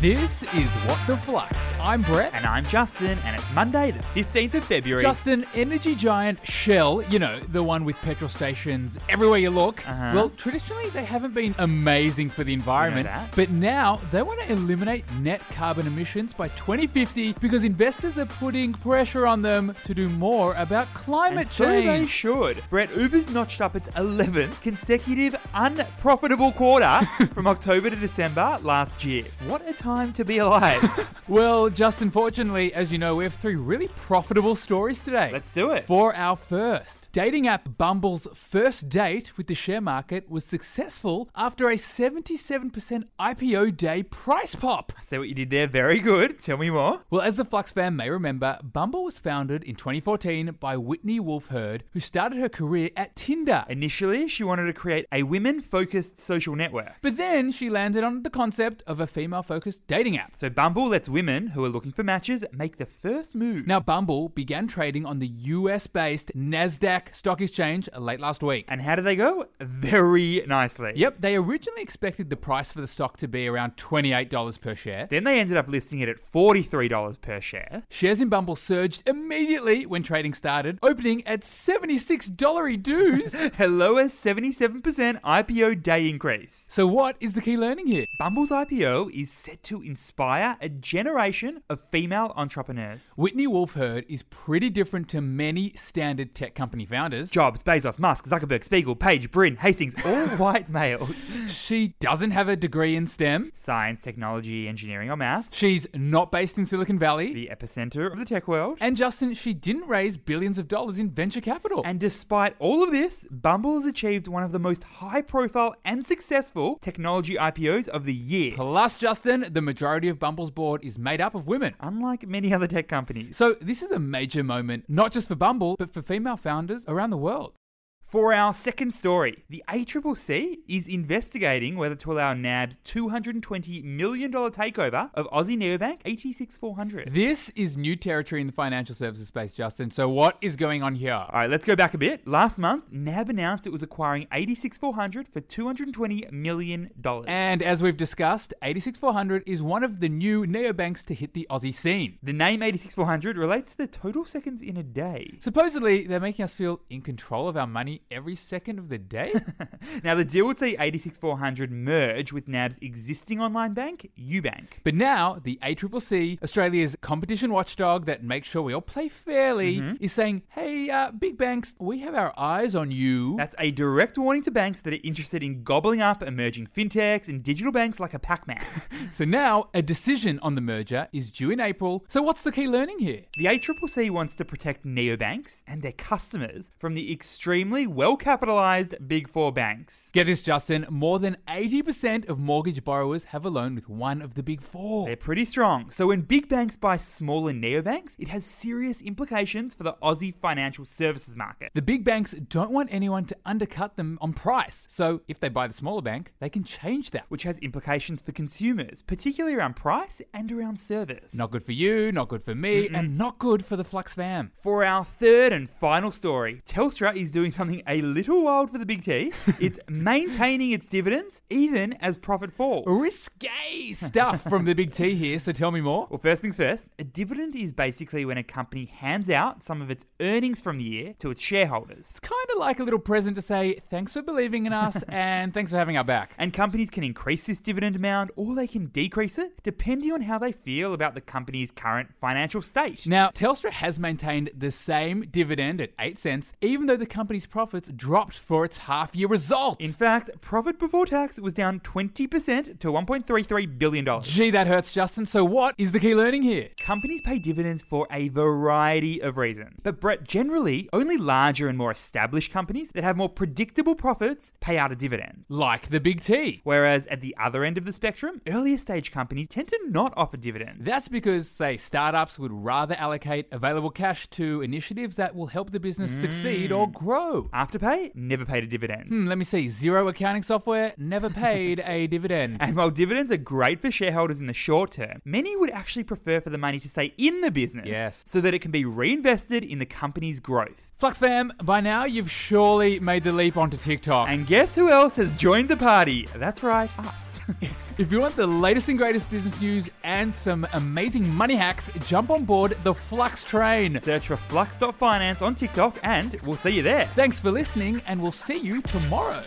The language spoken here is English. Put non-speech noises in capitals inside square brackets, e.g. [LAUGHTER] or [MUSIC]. This is What the Flux. I'm Brett. And I'm Justin, and it's Monday, the 15th of February. Justin, energy giant Shell, you know, the one with petrol stations everywhere you look. Uh-huh. Well, traditionally, they haven't been amazing for the environment, that. but now they want to eliminate net carbon emissions by 2050 because investors are putting pressure on them to do more about climate and so they change. should. Brett, Uber's notched up its 11th consecutive [LAUGHS] unprofitable quarter from October to December last year. What a time to be alive. [LAUGHS] Well, Justin, fortunately, as you know, we have three really profitable stories today. Let's do it. For our first, dating app Bumble's first date with the share market was successful after a 77% IPO day price pop. See what you did there. Very good. Tell me more. Well, as the Flux fan may remember, Bumble was founded in 2014 by Whitney Wolf Heard, who started her career at Tinder. Initially, she wanted to create a women focused social network. But then she landed on the concept of a female focused dating app. So Bumble lets women who are looking for matches make the first move. Now, Bumble began trading on the US based NASDAQ stock exchange late last week. and how do they go? Very nicely. Yep, they originally expected the price for the stock to be around $28 per share. Then they ended up listing it at $43 per share. Shares in Bumble surged immediately when trading started, opening at $76 [LAUGHS] dues. Hello, a 77% IPO day increase. so, what is the key learning here? Bumble's IPO is set to inspire a generation of female entrepreneurs. Whitney Wolf Heard is pretty different to many standard tech company founders. Jobs, Bezos, Musk, Zuckerberg, Spiegel, Page, Brin, Hastings, all white males. She doesn't have a degree in STEM. Science, technology, engineering, or maths. She's not based in Silicon Valley. The epicenter of the tech world. And Justin, she didn't raise billions of dollars in venture capital. And despite all of this, Bumble has achieved one of the most high profile and successful technology IPOs of the year, Plus, Justin, the majority of Bumble's board is made up of women. unlike many other tech companies. So, this is a major moment, not just for Bumble, but for female founders around the world. For our second story, the ACCC is investigating whether to allow NAB's $220 million takeover of Aussie Neobank 86400. This is new territory in the financial services space, Justin. So, what is going on here? All right, let's go back a bit. Last month, NAB announced it was acquiring 86400 for $220 million. And as we've discussed, 86400 is one of the new neobanks to hit the Aussie scene. the name 86400 relates to the total seconds in a day. Supposedly, they're making us feel in control of our money every second of the [LAUGHS] day. Now, the deal would see 86400 merge with NAB's existing online bank, Ubank. but now, the ACCC, Australia's competition watchdog that makes sure we all play fairly, Mm-hmm. is saying, hey, uh, big banks, we have our eyes on you. That's a direct warning to banks that are interested in gobbling up emerging fintechs and digital banks like a Pac Man. So now a decision on the merger is due in April. So what's the key learning here? the ACCC wants to protect neobanks and their customers from the extremely well capitalized Big Four banks. Get this, Justin. More than 80% of mortgage borrowers have a loan with one of the big four. They're pretty strong. So when big banks buy smaller neobanks, it has serious implications for the Aussie financial services market. The big banks don't want anyone to undercut them on price. So if they buy the smaller bank, they can change that. Which has implications for consumers, particularly around price and around service. Not good for you, not good for me, and not good for the Flux fam. For our third and final story, Telstra is doing something a little wild for the big [LAUGHS] T. It's maintaining its dividends even as profit falls. Risque stuff from the big T here, so tell me more. Well, first things first, a dividend is basically when a company hands out some of its earnings from the year to its shareholders. It's kind of like a little present to say, thanks for believing in us and thanks for having our back. And companies can increase this dividend amount or they can decrease it depending on how they feel about the company's current financial state. Now, Telstra has maintained the same dividend at 8 cents, even though the company's profits dropped for its half year results. In fact, profit before tax was down 20% to $1.33 billion. Gee, that hurts, Justin. So, what is the key learning here? Companies pay dividends for a variety of reasons. But Brett, generally, only larger and more established companies that have more predictable profits pay out a dividend. Like the big T. Whereas at the other end of the spectrum, earlier stage companies tend to not offer dividends. That's because, say, startups would rather allocate available cash to initiatives that will help the business succeed or grow. Afterpay never paid a dividend. Hmm, let me see. Zero accounting software never paid a dividend. And while dividends are great for shareholders in the short term, many would actually prefer for the money to stay in the business Yes. so that it can be reinvested in the company's growth. Flux fam, by now you've surely made the leap onto TikTok. And guess who else has joined the party? That's right, us. [LAUGHS] If you want the latest and greatest business news and some amazing money hacks, jump on board the Flux train. Search for flux.finance on TikTok and we'll see you there. Thanks for listening, and we'll see you tomorrow.